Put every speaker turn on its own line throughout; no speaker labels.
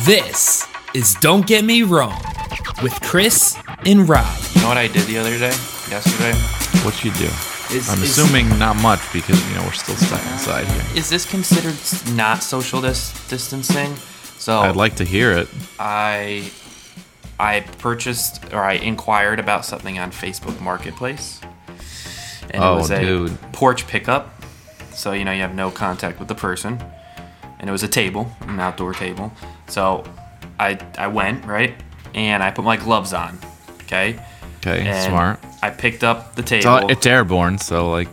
This is Don't Get Me Wrong with Chris and Rob.
You know what I did the other day? Yesterday?
What you do?
Is,
I'm
is- Uh-huh.
assuming not much because you know we're still stuck inside here.
Is this considered s- not social dis- distancing? So
I'd like to hear it.
I I purchased or I inquired about something on Facebook Marketplace. And
Oh,
it was a
dude.
porch pickup. So, you know, you have no contact with the person. And it was a table, an outdoor table. So I I went, right? And I put my gloves on. Okay.
Okay,
And
smart.
I picked up the
It's,
table.
all, it's airborne, so like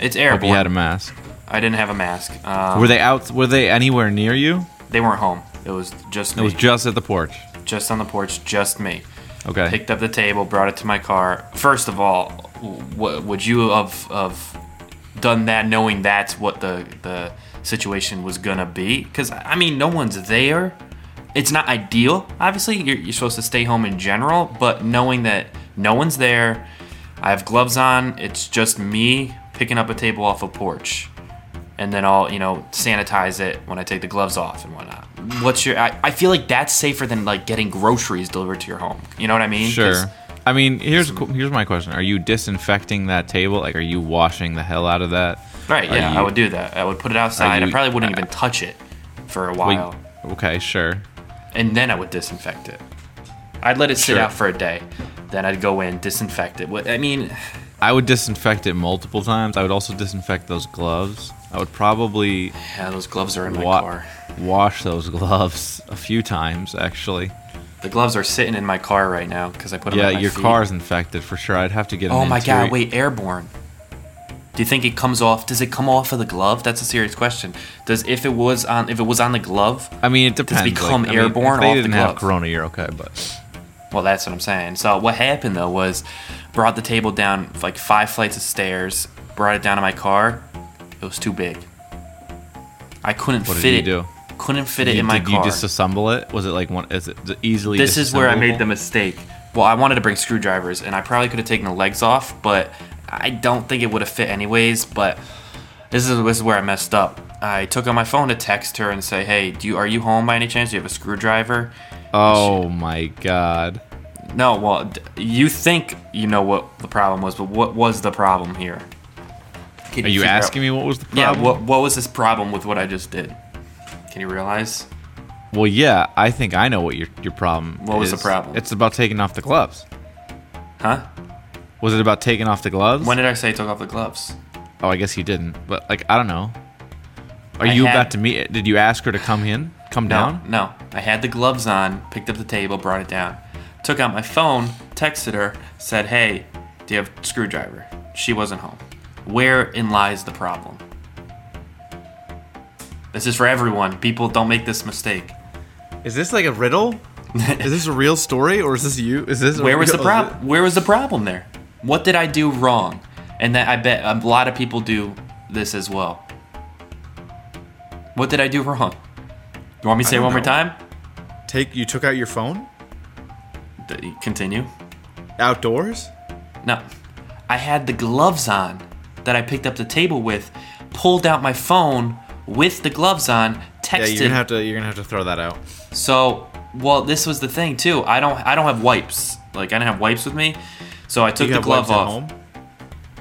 it's
hope you
airborne.
had a mask.
I didn't have a mask. Um,
Were they out? Were they anywhere near you?
They weren't home. It was just
It
me.
was just at the porch.
just on the porch, just me.
Okay.
Picked up the table, brought it to my car. First of all, w- would you have, have done that knowing that's what the, the situation was going to be? Because, I mean, no one's there. It's not ideal. Obviously, you're, you're supposed to stay home in general, but knowing that no one's there, I have gloves on, it's just me picking up a table off a porch and then I'll you know sanitize it when I take the gloves off and whatnot. What's your? I, I feel like that's safer than like getting groceries delivered to your home. You know what I mean? 'Cause
Sure. I mean, here's a qu- here's my question: Are you disinfecting that table? Like, are you washing the hell out of that?
Right.
Are
Yeah,
you-
I would do that. I would put it outside. I
you-
probably wouldn't even touch it for a
Wait,
while,
okay, sure.
and then I would disinfect it. I'd let it sit
Sure.
out for a day, then I'd go in disinfect it. What I mean,
I would disinfect it multiple times. I would also disinfect those gloves. I would probably
yeah, those gloves are in my
wa-
car.
wash those gloves a few times, actually.
The gloves are sitting in my car right now because I put them.
Yeah,
at my
your
feet.
car's infected for sure. I'd have to get.
Oh
an
my
interior-
god, wait, airborne. Do you think it comes off? Does it come off of the glove? That's a serious question. Does if it was on if it was on the glove?
I mean, it depends.
become
I mean, if
airborne
they
off the
didn't have
glove?
corona, you're okay, but
Well, that's what I'm saying. So what happened though was brought the table down like five flights of stairs, brought it down to my car. It was too big. I couldn't
What did
fit
you
it.
do?
Couldn't fit it
You-
in my
did
car.
you disassemble it? Was it like one? Is it d- easily?
this is where I made the
disassemblable?
mistake. Well, I wanted to bring screwdrivers, and I probably could have taken the legs off, but I don't think it would have fit anyways. But this is this is where I messed up. I took out my phone to text her and say, "Hey, do you are you home by any chance? Do you have a screwdriver?"
Oh my god!
No. Well, d- you think you know what the problem was, but what was the problem here? Can
Are you
figure out-
asking me what was the
Yeah.
problem?
What what was this problem with what I just did? Can you realize?
Well, yeah, I think I know what your your problem.
What was the
is.
problem?
It's about taking off the gloves.
Huh?
Was it about taking off the gloves?
When did I say I took off the gloves?
oh, I guess you didn't. But like, I don't know. Are
I
you
had-
about to meet? Did you ask her to come in? Come
No,
down?
no. I had the gloves on, picked up the table, brought it down, took out my phone, texted her, said, "Hey, do you have a screwdriver?" She wasn't home. Wherein lies the problem? This is for everyone. People don't make this mistake.
Is this like a riddle? is this a real story or is this you? Is this
Where was the problem? Where was the problem there? What did I do wrong? And that I bet a lot of people do this as well. What did I do wrong? You want me to say it
don't
one more
know.
time?
Take you took out your phone
D- Continue.
outdoors.
No. I had the gloves on that I picked up the table with, pulled out my phone with the gloves on, texted.
to you're gonna have to throw that out.
so, well, this was the thing too. I don't I don't have wipes. Like I didn't have wipes with me. So I took the glove off.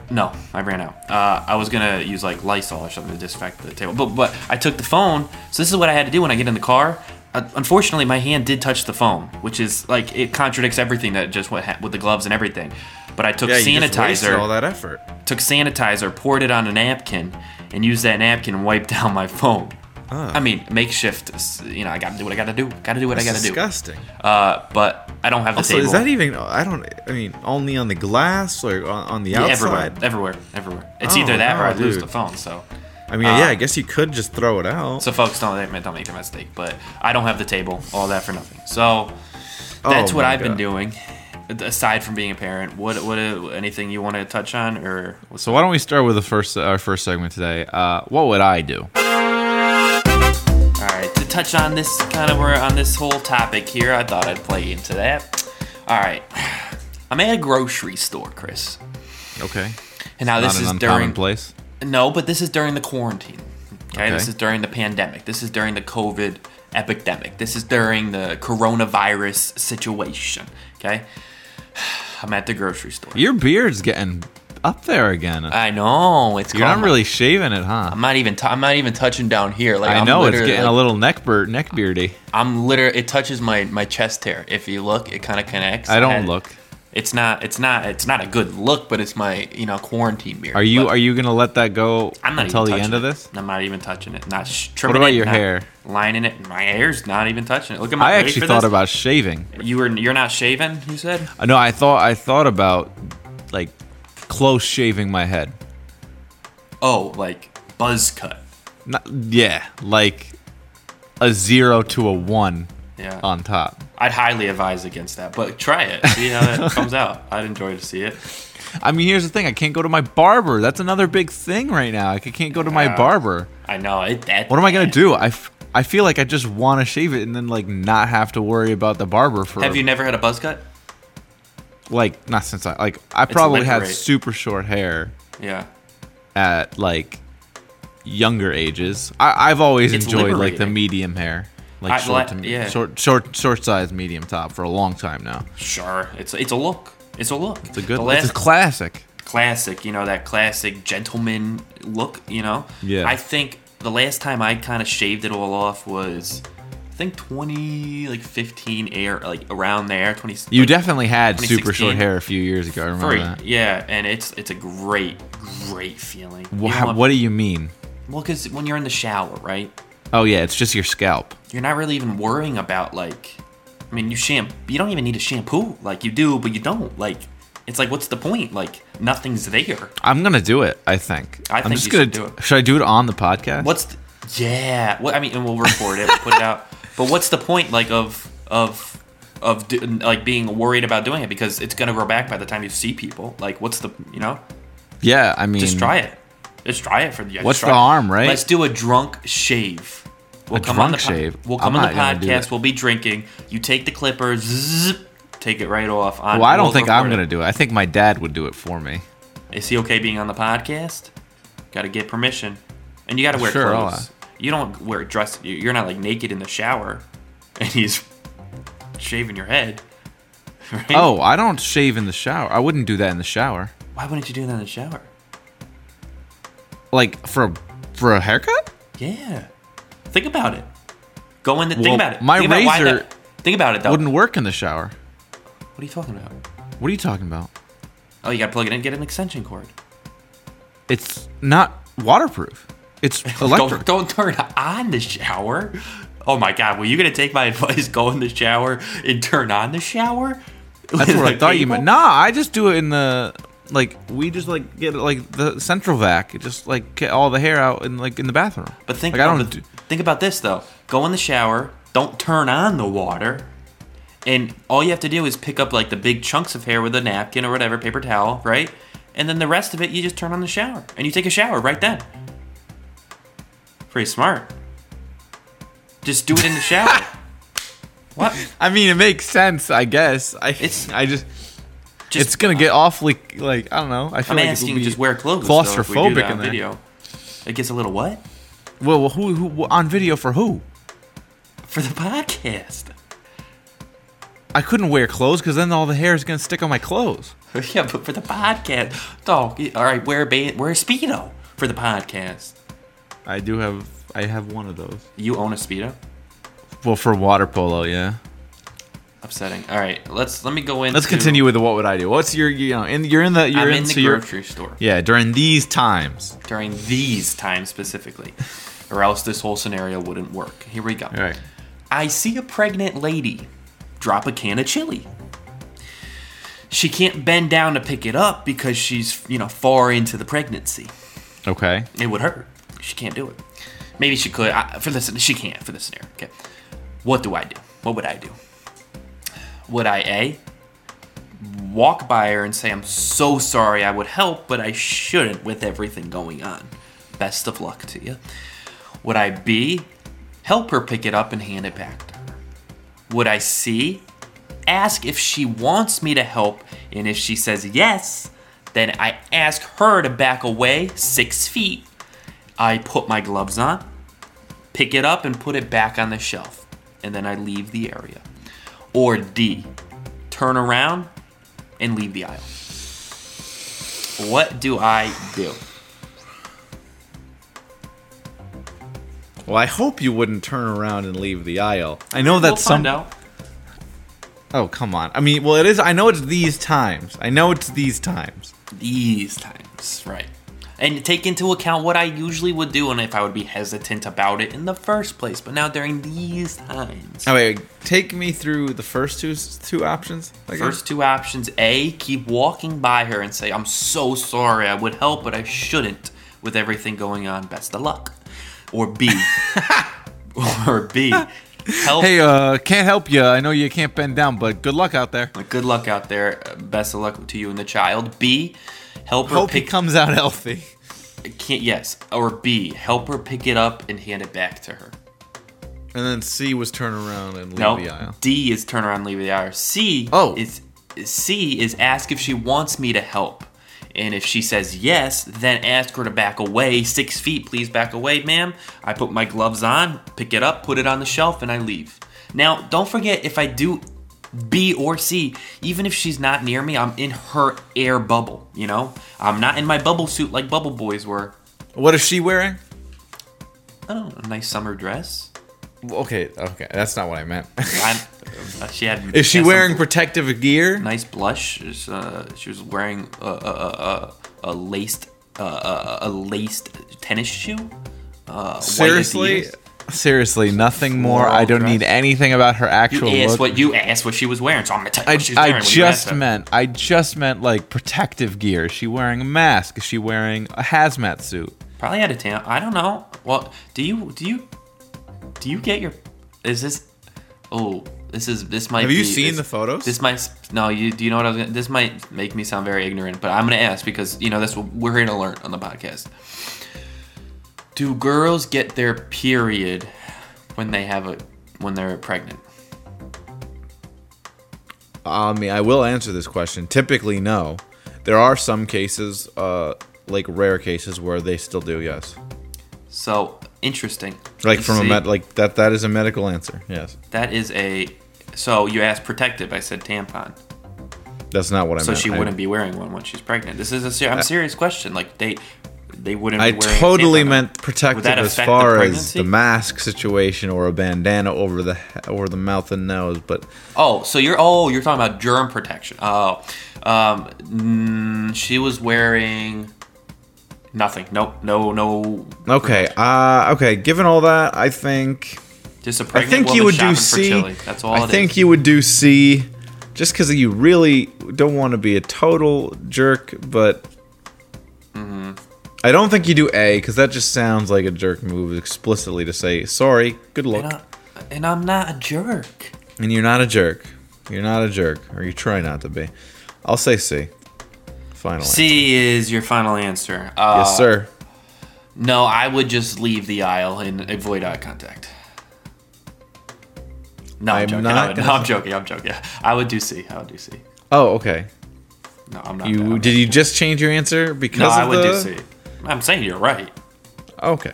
No, I ran out. Uh, I was gonna use like Lysol or something to disinfect the table, but but I took the phone. So this is what I had to do when I get in the car. Uh, unfortunately, my hand did touch the phone, which is like it contradicts everything that just went ha- with the gloves and everything. But I took sanitizer
that effort.
took sanitizer, poured it on a napkin, and used that napkin and wiped down my phone. I mean, makeshift. s- You know, I gotta do what I gotta do. Gotta do what I gotta
disgusting.
do. Uh, but I don't have the
Also,
table.
is that even? I don't. I mean, only on the glass or on, on the
Yeah,
outside.
everywhere, everywhere, everywhere. It's
Oh,
either that or I
no,
lose
dude.
the phone. So,
I mean, yeah, I guess you could just throw it out.
so folks, don't don't make the mistake. But I don't have the table. All that for nothing. So
Oh
that's what
my
I've been
God.
doing. Aside from being a parent, what what anything you want to touch on or what's
So why don't we start with the first our first segment today? Uh, what would I do?
All right, to touch on this kind of we're on this whole topic here, I thought I'd play into that. All right, I'm at a grocery store, Chris,
Okay,
and now this
not
is
an uncommon
during
place.
no, but this is during the quarantine. Okay?
Okay.
this is during the pandemic. This is during the COVID epidemic. This is during the coronavirus situation. Okay, I'm at the grocery store.
Your beard's getting up there again.
I know it's.
You're not
calm.
really shaving it, huh?
Uh, I'm not even. T- I'm not even touching down here. Like
I
I'm
know it's
literally-
getting a little neck beard, neck beardy.
I'm literally. It touches my my chest hair. If you look, it kind of connects.
I don't
And
look.
It's not. It's not. It's not a good look. But it's my you know quarantine beard.
Are you
But
are you gonna let that go
I'm not
until
even
the
touching
end of
it.
this?
I'm not even touching it. Not sh- trimming.
about
it,
your
not
hair?
Lining it. My hair's not even touching it. Look at my.
I
ready
actually
for
thought
this?
about shaving.
You were. You're not shaving. You said.
Uh, No, I thought I thought about like close shaving my head.
Oh, like buzz cut.
Not, yeah, like a zero to a one
Yeah.
on top.
I'd highly advise against that, but try it. See how that comes out. I'd enjoy to see it.
I mean, here's the thing: I can't go to my barber. That's another big thing right now. I can't go to my
Yeah.
barber.
I know it. That,
What am I gonna do? I, f- I feel like I just want to shave it and then like not have to worry about the barber for
Have you never had a buzz cut?
like not since I like I probably had
liberate.
super short hair
Yeah.
at like younger ages. I, I've always
It's
enjoyed like the
liberating.
medium hair, like
I-
short,
like-
to, me-
yeah.
short, short, short size, medium top for a long time now.
Sure. It's it's a look. It's a look.
It's a good,
The last
it's a classic.
classic. You know that classic gentleman look. You know.
Yeah.
I think the last time I kind of shaved it all off was. I think 20 like 15 air like around there 20
You
like,
definitely had super short
2016.
hair a few years ago. I remember
free.
that.
yeah and it's it's a great great feeling You
Wha-
know
how- what do you mean?
well because when you're in the shower right
Oh yeah, it's just your scalp.
you're not really even worrying about like I mean you sham you don't even need a shampoo like you do but you don't like it's like what's the point like nothing's there
I'm gonna do it. I think.
I
am
think
just
you
gonna
should do it.
Should I do it on the podcast?
what's the, yeah what I mean and we'll record it we'll put it out but what's the point like of of of do, like being worried about doing it because it's gonna grow back by the time you see people like what's the you know
Yeah, I mean,
just try it just try it for the yeah,
What's
just try
the
it.
harm, right?
let's do a drunk shave we'll
A
come on the
drunk
po-
shave?
we'll
I'm
come on
not
the
gonna do
podcast
that.
we'll be drinking you take the clipper zzz, take it right off on
Well, I don't
we'll
think I'm
record it.
gonna do it. I think my dad would do it for me.
Is he okay being on the podcast? Got to get permission, and you got to wear
Sure, I'll,
clothes. You don't wear dress. you- You're not like naked in the shower, and he's shaving your head. Right?
Oh, I don't shave in the shower. I wouldn't do that in the shower.
why wouldn't you do that in the shower?
Like for a, for a haircut?
Yeah, think about it. Go in. The,
Well,
think about it.
my
think about why
razor
that- think about it though.
Wouldn't work in the shower.
what are you talking about?
What are you talking about?
Oh, you got to plug it in. Get an extension cord.
It's not waterproof. It's electric.
Don't, don't turn on the shower. Oh my god, were you gonna take my advice? Go in the shower and turn on the shower.
That's what I thought you meant. Nah, I just do it in the like we just like get like the central vac. It Just like get all the hair out in like in the bathroom.
But think
like, I
about
don't.
the-
do-
think about this though. Go in the shower, don't turn on the water, and all you have to do is pick up like the big chunks of hair with a napkin or whatever, paper towel, right? And then the rest of it you just turn on the shower and you take a shower right then. Pretty smart. Just do it in the shower. what?
I mean, it makes sense. I guess. I.
It's-
I just.
Just,
it's gonna get awfully like I don't know. I feel
I'm
like
asking
it'll
you
be
just wear clothes. though, if we do
claustrophobic
that
in
on
there.
video. It gets a little what
Well, well, who, who on video for who?
for the podcast.
I couldn't wear clothes because then all the hair is gonna stick on my clothes.
Yeah, but for the podcast, dog. All right, wear a ba- wear a speedo for the podcast.
I do have. I have one of those.
You own a speedo.
Well, for water polo, yeah.
Upsetting. All right, let's let me go in.
Let's continue with the what would I do? What's your you know? In, you're in the you're
I'm
in,
in the
so you're-
grocery store
yeah during these times.
during these times specifically, or else this whole scenario wouldn't work. Here we go.
All right.
I see a pregnant lady drop a can of chili. She can't bend down to pick it up because she's you know far into the pregnancy.
Okay.
It would hurt. She can't do it. Maybe she could. I, for this, she can't for this scenario. Okay. What do I do? What would I do? Would I a walk by her and say I'm so sorry. I would help, but I shouldn't with everything going on. Best of luck to you. Would I b help her pick it up and hand it back to her? Would I c ask if she wants me to help, and if she says yes, then I ask her to back away six feet. I put my gloves on, pick it up and put it back on the shelf, and then I leave the area. Or D, turn around and leave the aisle. What do I do?
Well, I hope you wouldn't turn around and leave the aisle.
I know
We'll
that's some.
find out.
Oh, come on. I mean, well, it is. I know it's these times. I know it's these times.
these times, right? And take into account what I usually would do and if I would be hesitant about it in the first place. But now during these times,
Oh, wait, wait, take me through the first two two options. Like
first two options: A, keep walking by her and say, "I'm so sorry. I would help, but I shouldn't." With everything going on, best of luck. Or B, or B, help.
Hey, uh, can't help you. I know you can't bend down, but good luck out there.
Good luck out there. Best of luck to you and the child. B, help her
hope he
pick
comes out healthy.
can't yes. Or B, help her pick it up and hand it back to her.
And then C was turn around and leave
No.
the aisle.
D is turn around, leave the aisle. C
Oh.
is C is ask if she wants me to help. And if she says yes, then ask her to back away six feet. Please back away, ma'am. I put my gloves on, pick it up, put it on the shelf, and I leave. Now, don't forget if I do B or C, even if she's not near me, I'm in her air bubble. You know, I'm not in my bubble suit like Bubble Boys were.
What is she wearing?
I don't know, a nice summer dress.
Okay, okay, that's not what I meant.
I'm, uh, she had.
is she
had some-
wearing protective gear?
nice blush. She's, uh, she was wearing a, a, a, a, a laced uh, a, a laced tennis shoe. Uh, white
Seriously,
Adidas.
Seriously, nothing more. I don't need
dress.
anything about her
you
actual
asked
look.
what you asked what she was wearing, so I'm gonna tell you
I,
what she's wearing.
I
when you asked
just
her.
meant I just meant like protective gear. Is she wearing a mask? Is she wearing a hazmat suit?
probably had a tan. I don't know. Well, do you do you do you get your? Is this? Oh, this is this might.
Have
be-
you seen
this-
the photos?
This might. No, you do you know what I was? Gonna, this might make me sound very ignorant, but I'm gonna ask because you know that's what we're here to learn on the podcast. Do girls get their period when they have a when they're pregnant?
I mean, I will answer this question. Typically, no. There are some cases, uh, like rare cases, where they still do. Yes,
So interesting.
like
You
from a
see?
med, like that. That is a medical answer. Yes,
that is a. So you asked protective. I said tampon.
that's not what I
so
meant.
she
I-
wouldn't be wearing one when she's pregnant. This is a ser- I'm serious question. Like they, they wouldn't.
I
be wearing a
totally
tampon.
meant
Would
protective
that
as
affect
far
the
as
pregnancy?
the mask situation or a bandana over the over the mouth and nose, but
Oh, so you're oh you're talking about germ protection. Oh, um, mm, she was wearing nothing. Nope. No. No.
okay. Uh, okay. Given all that, I think
Just a
I
pregnant
think
woman
you would do
shopping for
C.
chili. That's all.
I
it
think
is.
you would do C, just because you really don't want to be a total jerk, but
Mm-hmm.
I don't think you do A because that just sounds like a jerk move explicitly to say sorry, good
And,
luck,
I, and I'm not a jerk.
and you're not a jerk. You're not a jerk, or you try not to be. I'll say C. Finally,
C is your final answer. Uh,
yes, sir.
No, I would just leave the aisle and avoid eye contact. No, I'm,
I'm
joking.
not
I would- no,
gonna-
I'm joking. I'm joking. I would do C. I would do C.
Oh, okay.
No, I'm not.
You
I'm
did
not-
you just change your answer because
No,
of
I would
the?
do C. I'm saying you're right.
Okay.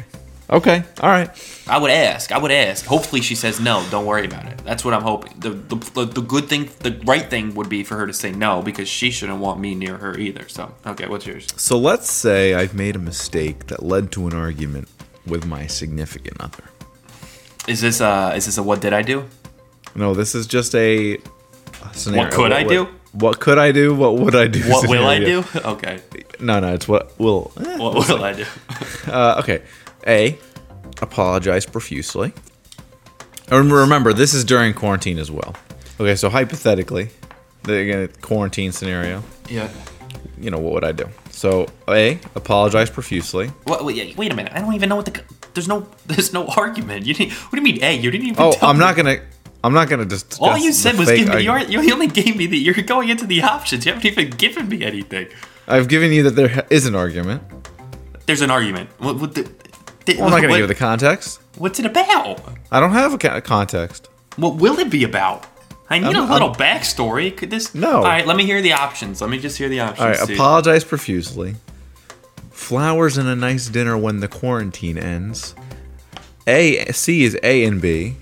Okay. All right.
I would ask. I would ask. Hopefully, she says no. Don't worry about it. That's what I'm hoping. The, the the the good thing, the right thing would be for her to say no because she shouldn't want me near her either. So, okay, what's yours?
So let's say I've made a mistake that led to an argument with my significant other.
Is this uh is this a what did I do?
No, this is just a scenario.
What could I do?
What could I do? What would I do?
What will I
scenario.
do? Okay.
No, no, it's what will. eh,
What
we'll
will I do?
Uh, okay. A, apologize profusely. And remember, this is during quarantine as well. Okay, so hypothetically, the again, quarantine scenario,
Yeah.
you know, what would I do? So, A, apologize profusely.
What, wait, yeah, wait a minute. I don't even know what the there's no there's no argument. You didn't. What do you mean? Hey, you didn't even.
Oh,
tell
I'm
me.
not gonna. I'm not gonna just.
All you said was give me. You, already- you only gave me the. You're going into the options. You haven't even given me anything.
I've given you that there ha- is an argument.
There's an argument. What, what the,
Well, I'm not gonna
what-
give the context.
What's it about?
I don't have a ca- context.
What will it be about? I need
I'm-
a little backstory. Could this?
No.
All right, let me hear the options. Let me just hear the options.
All right,
dude.
apologize profusely. Flowers and a nice dinner when the quarantine ends. A C is A and B,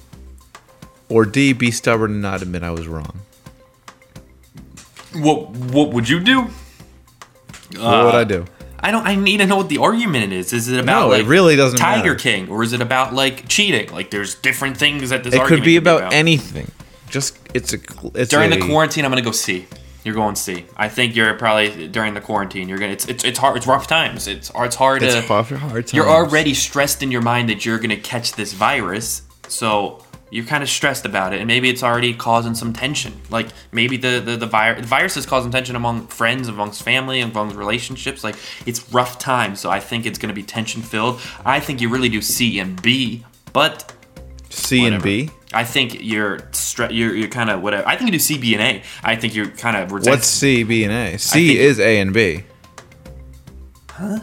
or D be stubborn and not admit I was wrong.
What What would you do? Uh,
what would I do?
I don't. I need to know what the argument is. Is it about
No, it
like
really doesn't
Tiger
matter.
King, or is it about like cheating? Like there's different things that this
It
argument
could be about,
about.
anything. Just it's a it's
during
a-
the quarantine. I'm gonna go C. You're going C. I think you're probably during the quarantine. You're gonna. It's it's, it's hard. It's rough times. It's it's hard
It's
to.
hard, hard
uh, You're
times.
already stressed in your mind that you're gonna catch this virus, so you're kind of stressed about it, and maybe it's already causing some tension. Like maybe the the the, vir- the virus is causing tension among friends, amongst family, among relationships. Like it's rough times, so I think it's gonna be tension filled. I think you really do C and B, but
C and B.
I think you're stre- you're, you're kind of whatever. I think you do C, B, and A. I think you're kind of resent-
What's C, B, and A? C
think-
is A and B. Huh?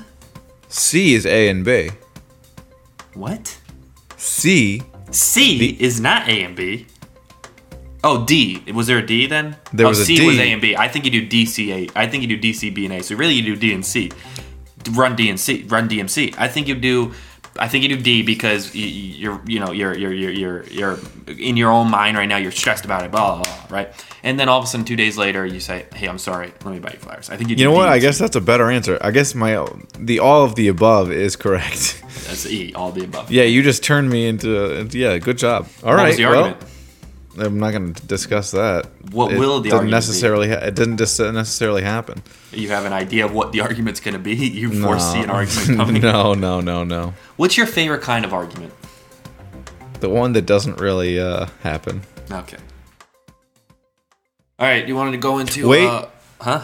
C is A and B.
what?
C
C is not A and B. Oh, D. Was there a D then?
There
oh,
was a
C was
D.
A and B. I think you do D, C, A. I think you do D, C, B, and A. So really, you do D and C. Run D and C. Run DMC. I think you do. I think you do D because you, you're, you know, you're, you're, you're, you're, you're in your own mind right now. You're stressed about it, blah, blah, blah, right? And then all of a sudden, two days later, you say, "Hey, I'm sorry. Let me buy you flowers." I think you. Do
You know
D
what?
and
I
C.
guess that's a better answer. I guess my the all of the above is correct.
that's E. All the above.
yeah, you just turned me into yeah. Good job. All
What
right.
was the
well,
argument?
I'm not going to discuss that.
What
it
will the
doesn't
argument be?
necessarily ha- it didn't dis- necessarily happen.
You have an idea of what the argument's going to be. You foresee an argument coming.
no, no, no, no.
What's your favorite kind of argument?
The one that doesn't really uh, happen.
Okay. All right. You wanted to go into
Wait.
Uh, huh?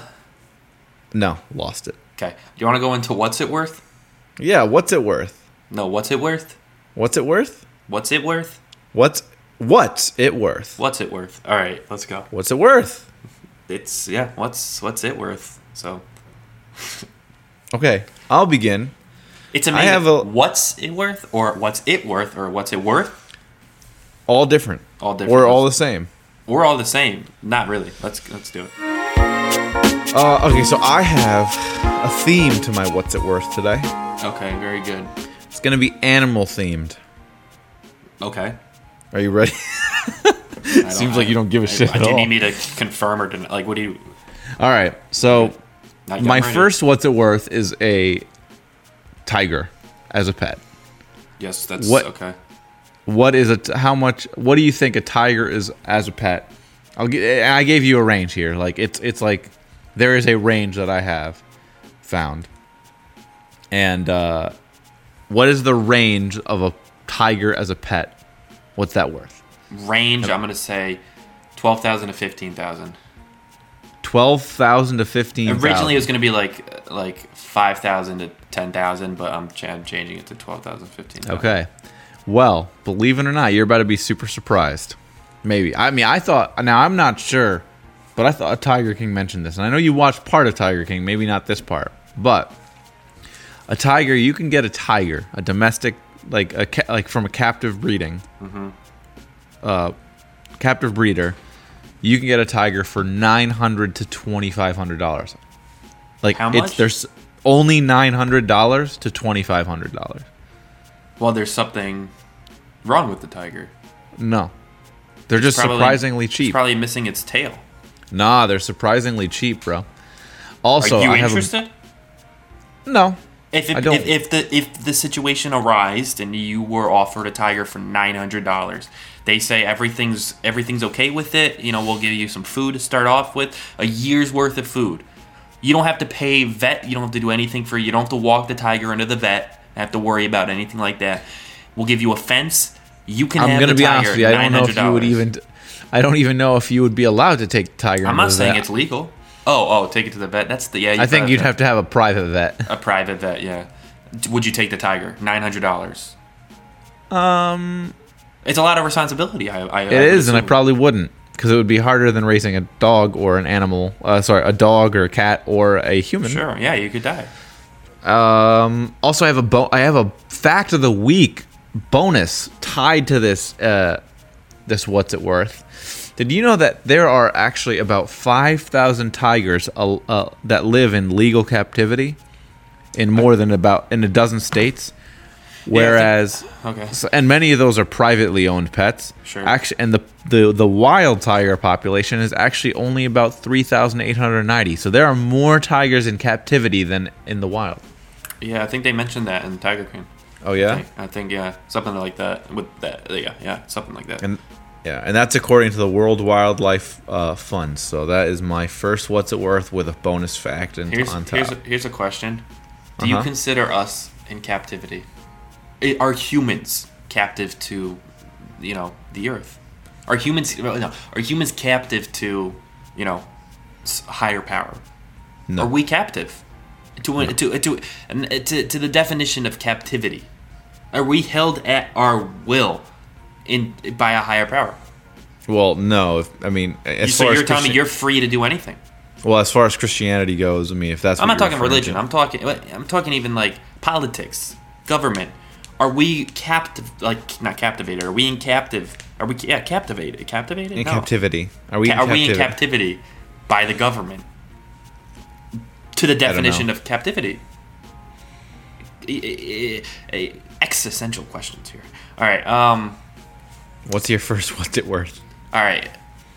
No, lost it.
Okay. Do you want to go into what's it worth?
Yeah, what's it worth?
No. What's it worth?
What's it worth?
What's it worth?
What's what's it worth?
What's it worth? All right. Let's go.
What's it worth?
It's yeah. What's what's it worth? So
Okay, I'll begin.
it's amazing.
have a-
what's it worth, or what's it worth, or what's it worth?
All different.
All different.
We're all the same.
We're all the same. Not really. Let's let's do it.
Uh, okay, so I have a theme to my what's it worth today.
Okay. Very good.
It's gonna be animal themed.
Okay.
Are you ready?
I
Seems like you don't give a
I-
shit
I,
at
do you
all.
need me to confirm or deny? Like, what do you?
All right. So
I got
My
ready.
first what's it worth is a tiger as a pet.
Yes, that's
What-
okay.
What is a t- how much? What do you think a tiger is as a pet? I'll gi- and I gave you a range here. Like it's it's like there is a range that I have found. And uh, what is the range of a tiger as a pet? What's that worth?
Range, I'm gonna say twelve thousand to fifteen thousand.
Twelve thousand to fifteen.
Originally, it was gonna be like like five thousand to ten thousand, but I'm, ch- I'm changing it to twelve thousand, fifteen.
Okay. Well, believe it or not, you're about to be super surprised. Maybe. I mean, I thought, now I'm not sure, but I thought Tiger King mentioned this. And I know you watched part of Tiger King, maybe not this part, but a tiger, you can get a tiger, a domestic, like a ca- like from a captive breeding,
Mm-hmm.
uh, captive breeder. You can get a tiger for nine hundred to twenty five hundred dollars. Like
How
it's
much?
there's only nine hundred dollars to twenty five hundred dollars.
Well, there's something wrong with the tiger.
No. They're just
Probably-
surprisingly
It's
cheap.
probably missing its tail.
nah, they're surprisingly cheap, bro.
Are
Also,
you
I have a-
interested?
no.
If,
I
it,
don't-
if if the if the situation arised and you were offered a tiger for nine hundred dollars, they say everything's everything's okay with it. You know, we'll give you some food to start off with, a year's worth of food. You don't have to pay vet. You don't have to do anything for. You don't have to walk the tiger into the vet. Have to worry about anything like that. We'll give you a fence. You can.
I'm
have
gonna
the
be
tiger,
honest with you. I don't know if you would
$900.
even. I don't even know if you would be allowed to take tiger.
I'm
into
not
the
saying
vet.
it's legal. Oh, oh, take it to the vet. That's the yeah.
I think you'd have to have a private vet.
a private vet. Yeah. Would you take the tiger? Nine hundred dollars.
Um,
It's a lot of responsibility. I, I
it is, and I probably wouldn't because it would be harder than raising a dog or an animal. Uh, sorry, a dog or a cat or a human.
sure. Yeah, you could die.
Um, also, I have a bo- I have a fact of the week bonus tied to this uh, this what's it worth. Did you know that there are actually about five thousand tigers uh, uh, that live in legal captivity in more than about in a dozen states? Whereas,
Okay.
so- and many of those are privately owned pets.
Sure.
Actually, and the the the wild tiger population is actually only about three thousand eight hundred ninety. So there are more tigers in captivity than in the wild.
Yeah, I think they mentioned that in Tiger King.
Oh yeah,
Like, I think yeah, something like that with that. Yeah, yeah, something like that.
and yeah, and that's according to the World Wildlife uh, Fund. So that is my first "What's It Worth" with a bonus fact and
here's
on top.
here's a, here's a question: Do you
Uh-huh.
consider us in captivity? I- Are humans captive to, you know, the earth? Are humans well, no? Are humans captive to, you know, s- higher power?
No.
Are we captive to an- to to and to to the definition of captivity? Are we held at our will in by a higher power?
well, no, if, I mean as
so
far
you're
as
telling me
Christi-
you're free to do anything.
well as far as Christianity goes. I mean, if that's
I'm
what
not talking
you're referring
religion.
to.
I'm talking. I'm talking even like politics, government. Are we captive? Like not captivated. Are we in captive? Are we yeah captivated? Captivated?
in
No.
captivity. Are we?
Ca-
in
are we in
captivity?
captivity by the government? To the
don't know.
definition of captivity. E- e- e- Existential questions here. All right. Um.
What's your first? What's it worth?
All right.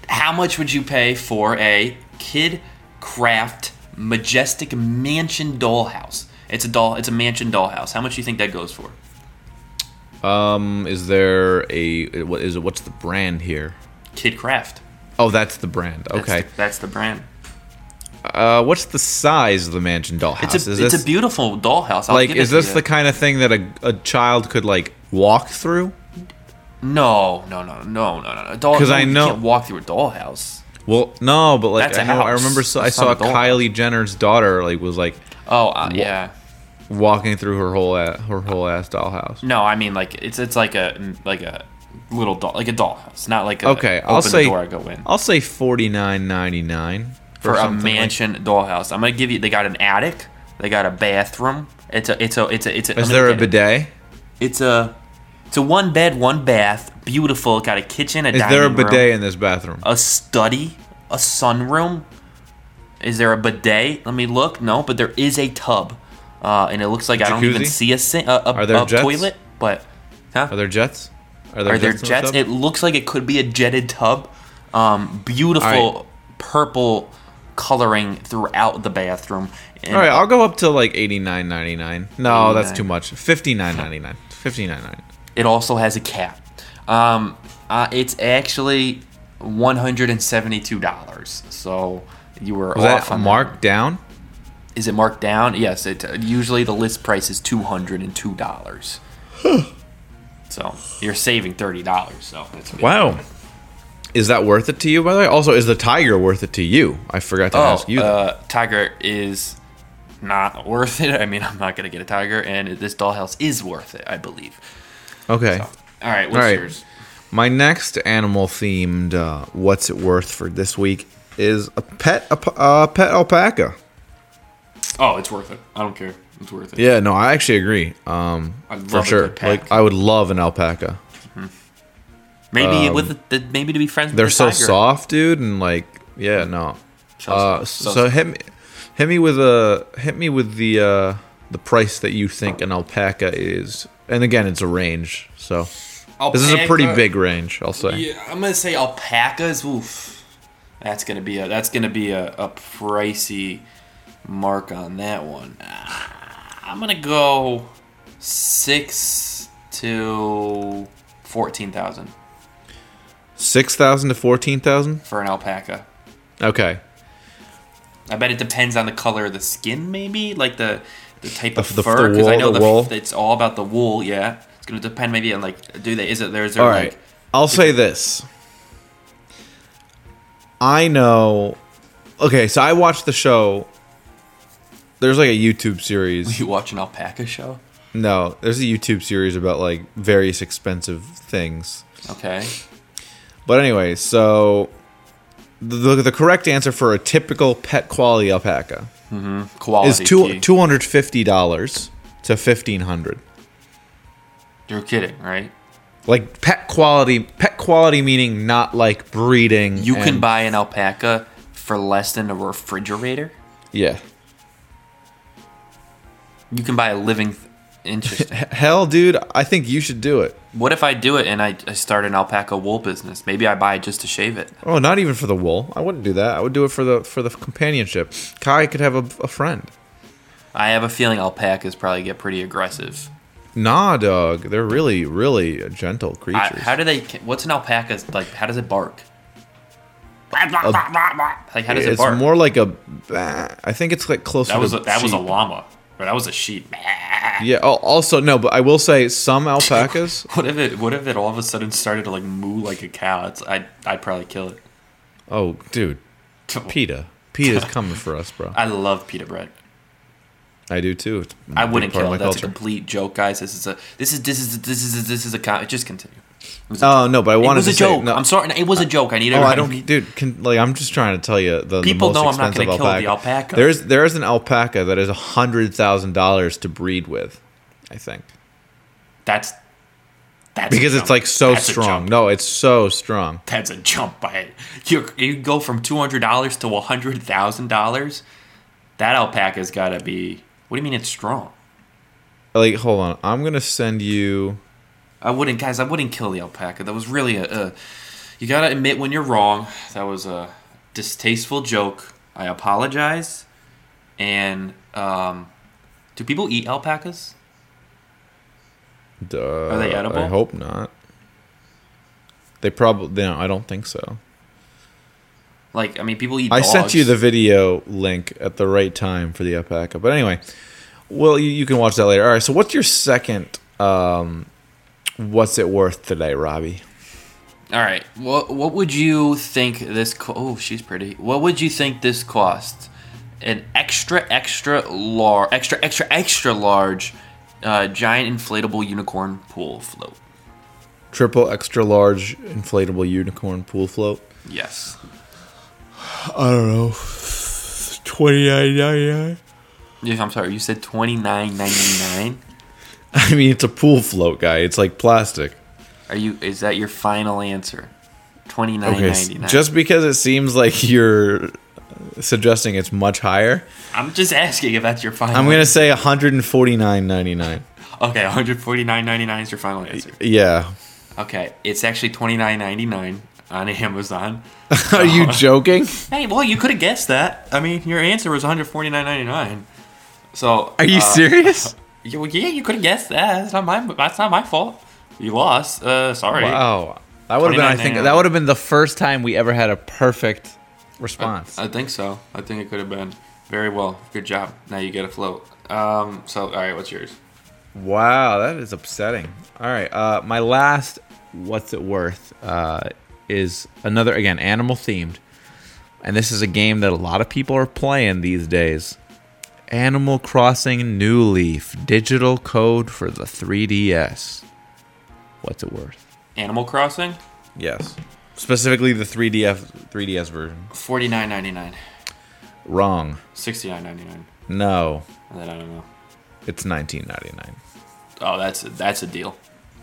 How much would you pay for a kid craft majestic mansion dollhouse? It's a doll. It's a mansion dollhouse. How much do you think that goes for?
Um, is there a what is it? What's the brand here?
Kid craft.
Oh, that's the brand.
That's
Okay.
the- that's the brand.
Uh, what's the size of the mansion dollhouse?
It's a
is
it's
this
a beautiful dollhouse. I'll
like?
give it
Is
to
this
you.
the kind of thing that a, a child could like walk through?
No, no, no, no, no, no, no. Doll-
'Cause
no,
I
you
know-
can't walk through a dollhouse.
Well, no, but like
That's
I
a
know I
house.
remember so, I
That's not
saw
a dollhouse.
Kylie Jenner's daughter like was like
Oh, uh, yeah.
walking through her whole ass, her whole ass dollhouse.
No, I mean like it's it's like a like a little doll like a dollhouse, not like a
Okay,
open
I'll say
door I go in.
I'll say forty nine ninety nine
for a mansion dollhouse. I'm gonna give you. They got an attic. They got a bathroom. It's a. It's a. It's a. It's a.
Is
I'm
there a
gonna-
bidet?
It's a. It's a one bed, one bath. Beautiful. Got a kitchen. A
Is
dining
there a
room,
bidet in this bathroom?
a study. A sunroom. Is there a bidet? Let me look. No, but there is a tub, uh, and it looks like I don't even
Jacuzzi?
see a sink, a, a,
Are there
a
jets?
toilet. But huh?
Are there jets?
Are there
in this
jets?
tub?
It looks like it could be a jetted tub. Um, beautiful
All right.
purple coloring throughout the bathroom. And
All right, I'll go up to like eighty nine ninety nine. No, that's
89.
too much. Fifty nine ninety nine. Fifty nine ninety.
It also has a cap. Um, uh, it's actually one hundred and seventy-two dollars. So you were
Was
off
that
on
marked down?
That. Is it marked down? Yes. It usually the list price is two hundred and two dollars. so you're saving thirty dollars. So that's good.
Wow. Is that worth it to you? By the way, also is the tiger worth it to you? I forgot to
Oh,
ask you. that.
uh, tiger is not worth it. I mean, I'm not gonna get a tiger, and this dollhouse is worth it, I believe. uh,
okay.
All right. What's
All right.
yours?
My next animal themed uh, what's it worth for this week is a pet a uh, pet alpaca.
Oh, it's worth it. I don't care. It's worth it.
Yeah, no, I actually agree. Um
I'd love
for
a
sure.
good pack.
Like I would love an alpaca.
Maybe with the, maybe to be friends.
um, They're
with the
so
tiger.
soft, dude, and like yeah, no.
So
Uh,
soft.
so, hit me, hit me with a hit me with the uh, the price that you think an alpaca is, and again, it's a range. So this is a pretty
Alpaca-
big range, I'll say.
uh, Yeah, I'm gonna say alpacas. Oof, that's gonna be a that's gonna be a, a pricey mark on that one. Ah, I'm gonna go six to fourteen thousand
Six thousand to fourteen thousand.
for an alpaca.
Okay,
I bet it depends on the color of the skin, maybe like the the type of
The- the-
fur.
the
Because I
wool,
know
the
the f-
wool.
it's all about the wool. Yeah, it's gonna depend maybe on like do they is it there is there
all
like
right. I'll say this. I know. Okay, so I watched the show. There's like a YouTube series.
you watch an alpaca show?
No, there's a YouTube series about like various expensive things.
Okay,
But anyway, so the, the correct answer for a typical pet quality alpaca
quality
is two
key.
two hundred fifty dollars to fifteen hundred.
You're kidding, right?
Like pet quality, pet quality meaning not like breeding.
You can
and-
buy an alpaca for less than a refrigerator.
yeah.
You can buy a living th- Interesting.
Hell, dude, I think you should do it.
what if I do it and I, I start an alpaca wool business? Maybe I buy it just to shave it.
Oh, not even for the wool. I wouldn't do that. I would do it for the for the companionship. Kai could have a, a friend.
I have a feeling alpacas probably get pretty aggressive.
Nah, dog. They're really, really gentle creatures.
I, how do they? What's an alpaca's like? How does it bark? like how does it
it's
bark?
more like a. I think it's like closer.
that was
to
a, that was a
sheep.
llama, or that was a sheep.
Yeah. al- Also, no, but I will say some alpacas.
What if it? What if it all of a sudden started to like moo like a cow? It's I I'd probably kill it.
oh, dude, Peta. Peta's coming for us, bro.
I love pita bread.
I do too. It's a
I
big
wouldn't
part
kill
of
it.
my
That's a
culture.
complete joke, guys. This is a this is this is this is this is a con- just continue.
Oh no, but I
It
wanted
was a
to say-
joke.
no.
I'm sorry. It was a joke. I need
Oh, I
everybody-
don't, dude. Can, like, I'm just trying to tell you the the
People
most
know I'm not
expensive
gonna kill
alpaca.
the alpaca.
There's there is an alpaca that is hundred thousand dollars to breed with, I think,
That's that's a
because it's
jump.
like so
That's a
strong.
jump.
No, it's so strong.
That's a jump by you. You go from two hundred dollars to hundred thousand dollars. That alpaca's got to be. What do you mean it's strong?
Like, hold on, I'm gonna send you.
I wouldn't, guys. I wouldn't kill the alpaca. That was really a. a you gotta admit when you're wrong. That was a distasteful joke. I apologize. And um, do people eat alpacas?
Duh,
Are they edible?
I hope not. They probably no. I don't think so.
Like, I mean, people eat.
I sent
dogs.
you the video link at the right time for the alpaca. But anyway, well, you, you can watch that later. All right. So, what's your second? Um, what's it worth today, Robbie?
All right. What What would you think this? Co- oh, she's pretty. What would you think this costs? An extra, extra large, extra, extra, extra large, uh, giant inflatable unicorn pool float.
Triple extra large inflatable unicorn pool float.
Yes.
I don't know. Twenty nine ninety nine.
Yeah, I'm sorry. You said twenty nine ninety nine.
I mean, it's a pool float, guy. It's like plastic.
Are you? Is that your final answer? Twenty nine
Okay.
ninety
s-
nine.
Just because it seems like you're suggesting it's much higher,
I'm just asking if that's your final.
I'm gonna say one hundred and forty nine ninety nine.
Okay, one hundred forty nine ninety nine is your final answer.
Yeah.
Okay, it's actually twenty nine ninety nine on Amazon.
Are you joking?
Hey, well, you could have guessed that. I mean, your answer was 149.99. So,
Are you
uh,
serious?
you- yeah, you could have guessed that. That's not my. That's not my fault. You lost. Uh, sorry.
Wow. That would have been I think
29.99.
that would have been the first time we ever had a perfect response.
I think so. I think it could have been very well. Good job. Now you get a float. Um. So, all right. What's yours?
wow, that is upsetting. All right, uh my last what's it worth uh is another again animal themed. And this is a game that a lot of people are playing these days. Animal Crossing New Leaf digital code for the 3DS. What's it worth?
Animal Crossing.
Yes. Specifically the 3DS 3DS version.
49.99.
Wrong.
69.99.
No.
And then I don't know.
It's 1999.
Oh, that's a, that's a deal.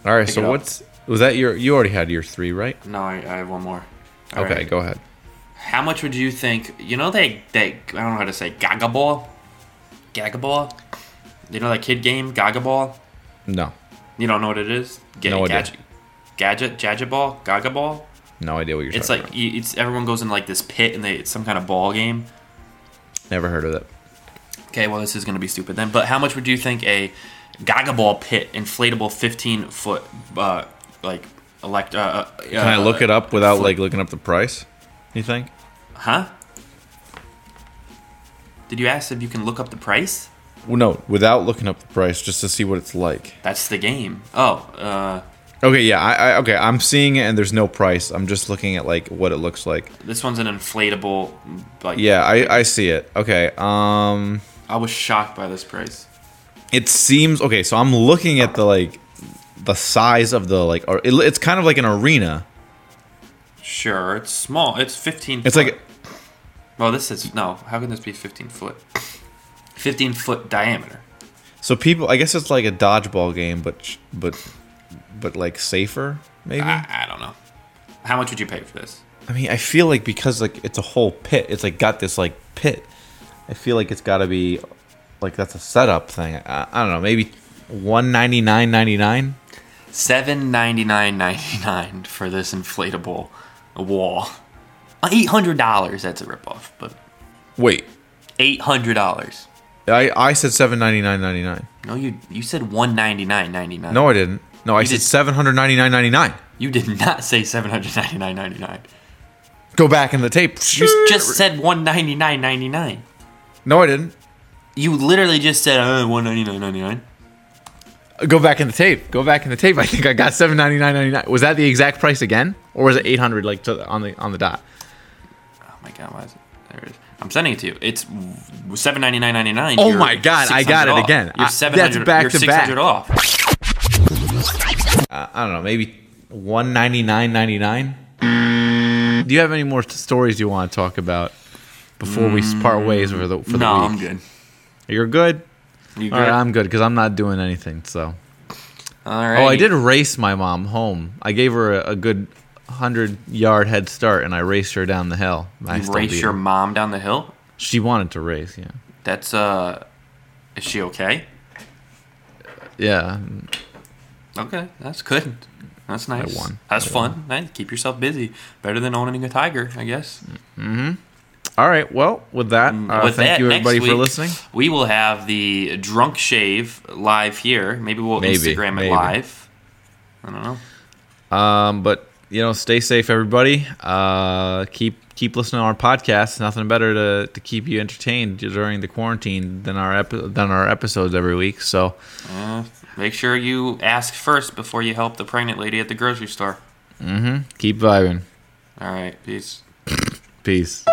All right.
Pick it
so
up.
what's was that your? You already had your three, right?
No, I, I have one more. All
okay,
right.
go ahead.
How much would you think? You know they they I don't know how to say Gaga Ball, Gaga Ball. You know that kid game Gaga Ball.
No,
You don't know what it is? Ga-
No idea.
gadget, gadget, gadget ball, Gaga Ball.
no idea what you're.
It's
talking
like you, it's everyone goes in like this pit and they it's some kind of ball game.
about. never heard of that.
Okay, well this is gonna be stupid then. But how much would you think a Gaga Ball pit, inflatable fifteen foot, uh, like elect? Uh, uh,
Can I look it up without like looking up the price? You think?
Huh? Did you ask if you can look up the price?
Well, no, without looking up the price, just to see what it's like.
That's the game. Oh, uh,
Okay, yeah, I, I okay, I'm seeing it, and there's no price. I'm just looking at like what it looks like.
this one's an inflatable. Like,
Yeah, I, I see it. Okay, um,
I was shocked by this price.
it seems okay. So I'm looking at the like the size of the like. Or it, it's kind of like an arena.
Sure, it's small. It's 15.
It's
foot.
like
Well, this is no. How can this be 15 foot? 15 foot diameter.
So people, I guess it's like a dodgeball game, but but but like safer, maybe. I,
I, I don't know. How much would you pay for this?
mean, I feel like because like it's a whole pit, it's like got this like pit. I feel like it's got to be like that's a setup thing. I, I don't know, maybe one ninety nine ninety nine.
Seven ninety nine ninety nine for this inflatable wall. Uh, Eight hundred dollars. That's a ripoff, but
Wait,
eight hundred dollars.
I I said seven ninety nine ninety nine.
No, you you said one ninety nine ninety nine.
No, I didn't. No, I
You
said
did.
seven hundred ninety nine ninety nine.
you did not say seven hundred ninety nine ninety nine.
Go back in the tape.
You just said one ninety nine ninety nine.
no, I didn't.
You literally just said uh, one ninety nine ninety nine.
Go back in the tape. Go back in the tape. I think I got seven ninety nine ninety nine. Was that the exact price again, or was it eight hundred like to, on the on the dot?
Oh my god, why is it? There it is. I'm sending it to you. It's seven ninety nine ninety nine.
Oh my God, I got it again. I-
You're
that's
seven hundred.
back
You're
to
six
back.
hundred off.
I, Uh, I don't know. Maybe one ninety nine ninety nine. Do you have any more t- stories you want to talk about before we part ways for the for
No,
the
I'm
week?
good.
You're good.
You good?
All right, I'm good because I'm not doing anything. So.
All right.
Oh, I did race my mom home. I gave her a, a good hundred yard head start, and I raced her down the hill. I
You
still
race
beat
your
her.
mom down the hill.
She wanted to race. Yeah.
That's uh, is she okay?
Yeah.
Okay, that's good. That's nice.
won.
That's fun. Nice. Keep yourself busy. Better than owning a tiger, I guess.
All right. Well, with that, uh,
Mm, With
thank
that,
you
next
everybody for
week,
listening.
We will have the drunk shave live here. Maybe we'll
Maybe,
Instagram it
maybe.
live. I don't know.
Um, but you know, stay safe, everybody. Uh, keep keep listening to our podcast. Nothing better to, to keep you entertained during the quarantine than our epi- than our episodes every week. So
Uh, make sure you ask first before you help the pregnant lady at the grocery store.
keep mm-hmm. vibing.
All right, peace.
Peace.